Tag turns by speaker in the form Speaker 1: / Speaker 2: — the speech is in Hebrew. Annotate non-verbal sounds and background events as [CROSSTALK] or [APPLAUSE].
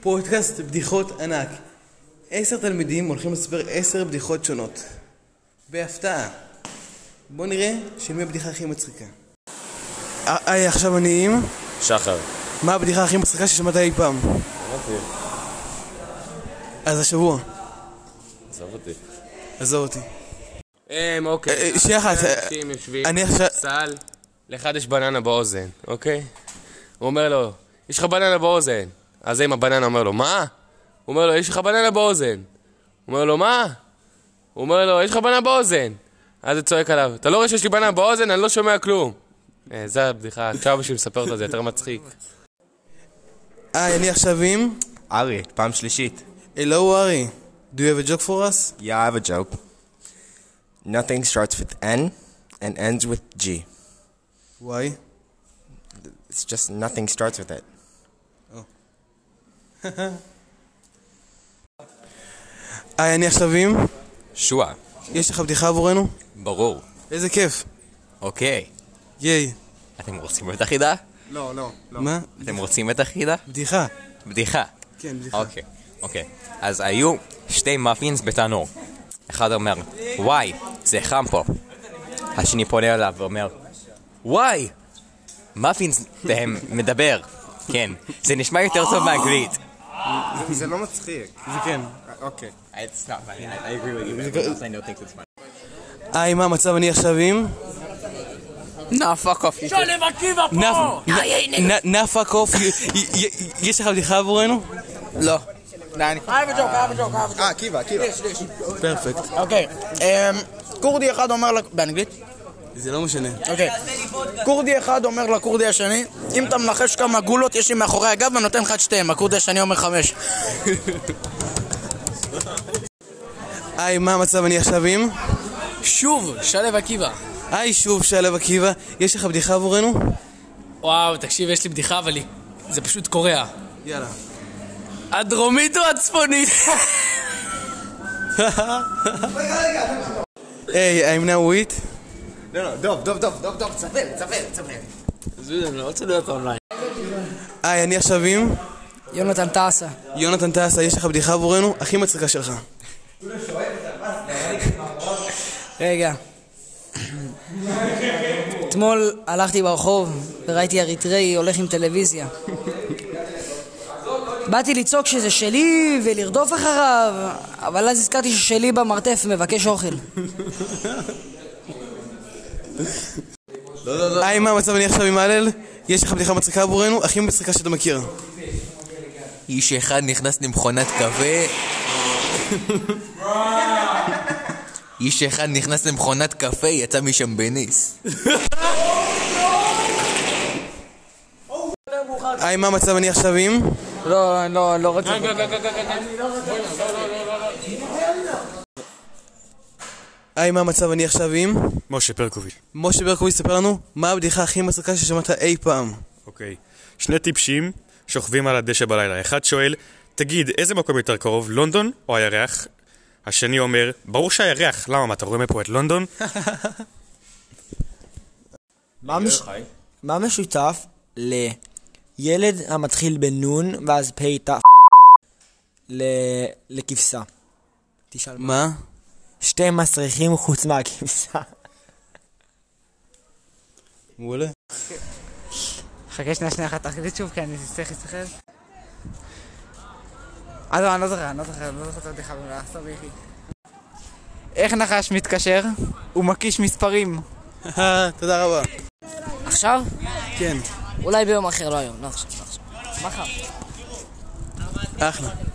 Speaker 1: פודקאסט בדיחות ענק. עשר תלמידים הולכים לספר עשר בדיחות שונות. בהפתעה. בואו נראה של מי הבדיחה הכי מצחיקה. אה, אה, עכשיו אני עם...
Speaker 2: שחר.
Speaker 1: מה הבדיחה הכי מצחיקה ששמעת אי פעם? אז השבוע.
Speaker 2: עזוב אותי.
Speaker 1: עזוב אותי.
Speaker 2: אמ,
Speaker 1: אה,
Speaker 2: אוקיי.
Speaker 1: אה, שנייה אחת, אה,
Speaker 2: אנשים יושבים.
Speaker 1: אני עכשיו...
Speaker 2: סל, לאחד יש בננה באוזן, אוקיי? הוא אומר לו, יש לך בננה באוזן. אז עם הבננה אומר לו, מה? הוא אומר לו, יש לך בננה באוזן. הוא אומר לו, מה? הוא אומר לו, יש לך בננה באוזן. אז הוא צועק עליו, אתה לא רואה שיש לי בננה באוזן? אני לא שומע כלום. אה, זה הבדיחה, עכשיו בשביל לספר אותה זה יותר מצחיק.
Speaker 1: אה, אני עכשיו עם...
Speaker 3: ארי, פעם שלישית.
Speaker 1: Hello, ארי. Do you have a joke for us?
Speaker 3: Yeah, I have a joke. Nothing starts with N and ends with G.
Speaker 1: Why?
Speaker 3: It's just nothing starts with it.
Speaker 1: היי, אני עכשיו עם...
Speaker 4: שועה,
Speaker 1: יש לך בדיחה עבורנו?
Speaker 4: ברור.
Speaker 1: איזה כיף.
Speaker 4: אוקיי.
Speaker 1: ייי.
Speaker 4: אתם רוצים את החידה?
Speaker 1: לא, לא, לא. מה?
Speaker 4: אתם רוצים את החידה?
Speaker 1: בדיחה.
Speaker 4: בדיחה.
Speaker 1: כן, בדיחה.
Speaker 4: אוקיי, אוקיי. אז היו שתי מאפינס בתנור. אחד אומר, וואי, זה חם פה. השני פונה אליו ואומר, וואי, מאפינס, הם מדבר. כן, זה נשמע יותר טוב מאנגלית.
Speaker 3: זה לא מצחיק.
Speaker 1: זה כן.
Speaker 3: אוקיי.
Speaker 4: It's not funny, I agree with you. Everyone else I know thinks it's funny.
Speaker 1: היי, מה המצב אני עכשיו עם?
Speaker 4: No, fuck off. you two.
Speaker 1: נפ- נ- נא פאק אוף, י- י- י- יש לך בדיחה עבורנו?
Speaker 4: לא.
Speaker 3: אה, עקיבא, עקיבא.
Speaker 1: פרפקט.
Speaker 5: אוקיי, אמ, כורדי אחד אומר, לק- באנגלית?
Speaker 1: זה לא משנה.
Speaker 5: אוקיי. כורדי אחד אומר לכורדי השני, אם אתה מנחש כמה גולות יש לי מאחורי הגב, אני נותן לך את שתיהם. הכורדי השני אומר חמש.
Speaker 1: היי, מה המצב אני עכשיו עם?
Speaker 6: שוב, שלו עקיבא.
Speaker 1: היי, שוב שלו עקיבא, יש לך בדיחה עבורנו?
Speaker 6: וואו, תקשיב, יש לי בדיחה, אבל היא... זה פשוט קורע.
Speaker 1: יאללה.
Speaker 6: הדרומית או הצפונית?
Speaker 1: [LAUGHS] היי, I'm now with. לא, היי, אני עכשיו עם?
Speaker 6: יונתן טסה.
Speaker 1: יונתן טסה, יש לך בדיחה עבורנו? הכי מצחיקה שלך.
Speaker 7: רגע. אתמול הלכתי ברחוב וראיתי אריתראי הולך עם טלוויזיה. באתי לצעוק שזה שלי ולרדוף אחריו, אבל אז הזכרתי ששלי במרתף מבקש אוכל.
Speaker 1: היי, מה המצב אני עכשיו עם הלל? יש לך בדיחה מצחיקה עבורנו? הכי מצחיקה שאתה מכיר.
Speaker 4: איש אחד נכנס למכונת קפה. איש אחד נכנס למכונת קפה, יצא משם בניס.
Speaker 1: היי, מה המצב אני עכשיו עם?
Speaker 7: לא, לא, לא רציתי.
Speaker 1: היי, מה המצב אני עכשיו עם?
Speaker 8: משה פרקוביץ'.
Speaker 1: משה ברקוביץ, ספר לנו מה הבדיחה הכי מצחיקה ששמעת אי פעם.
Speaker 8: אוקיי. שני טיפשים שוכבים על הדשא בלילה. אחד שואל, תגיד, איזה מקום יותר קרוב, לונדון או הירח? השני אומר, ברור שהירח, למה, מה, אתה רואה מפה את לונדון?
Speaker 9: מה מש- מה משותף לילד המתחיל בנון ואז פ"ת ל- לכבשה? תשאל מה.
Speaker 1: מה?
Speaker 9: שתי מסריחים חוץ מהכבשה.
Speaker 1: מעולה.
Speaker 7: חכה שנייה, שנייה אחת, תחליט שוב, כי אני צריך להסתכל. אה, לא, אני לא זוכר, אני לא זוכר, אני לא זוכר את הבדיחה במלאה, סביבי. איך נחש מתקשר? הוא מקיש מספרים.
Speaker 1: אה, תודה רבה.
Speaker 7: עכשיו?
Speaker 1: כן,
Speaker 7: אולי ביום אחר, לא היום, לא עכשיו, לא עכשיו. מחר.
Speaker 1: אחלה.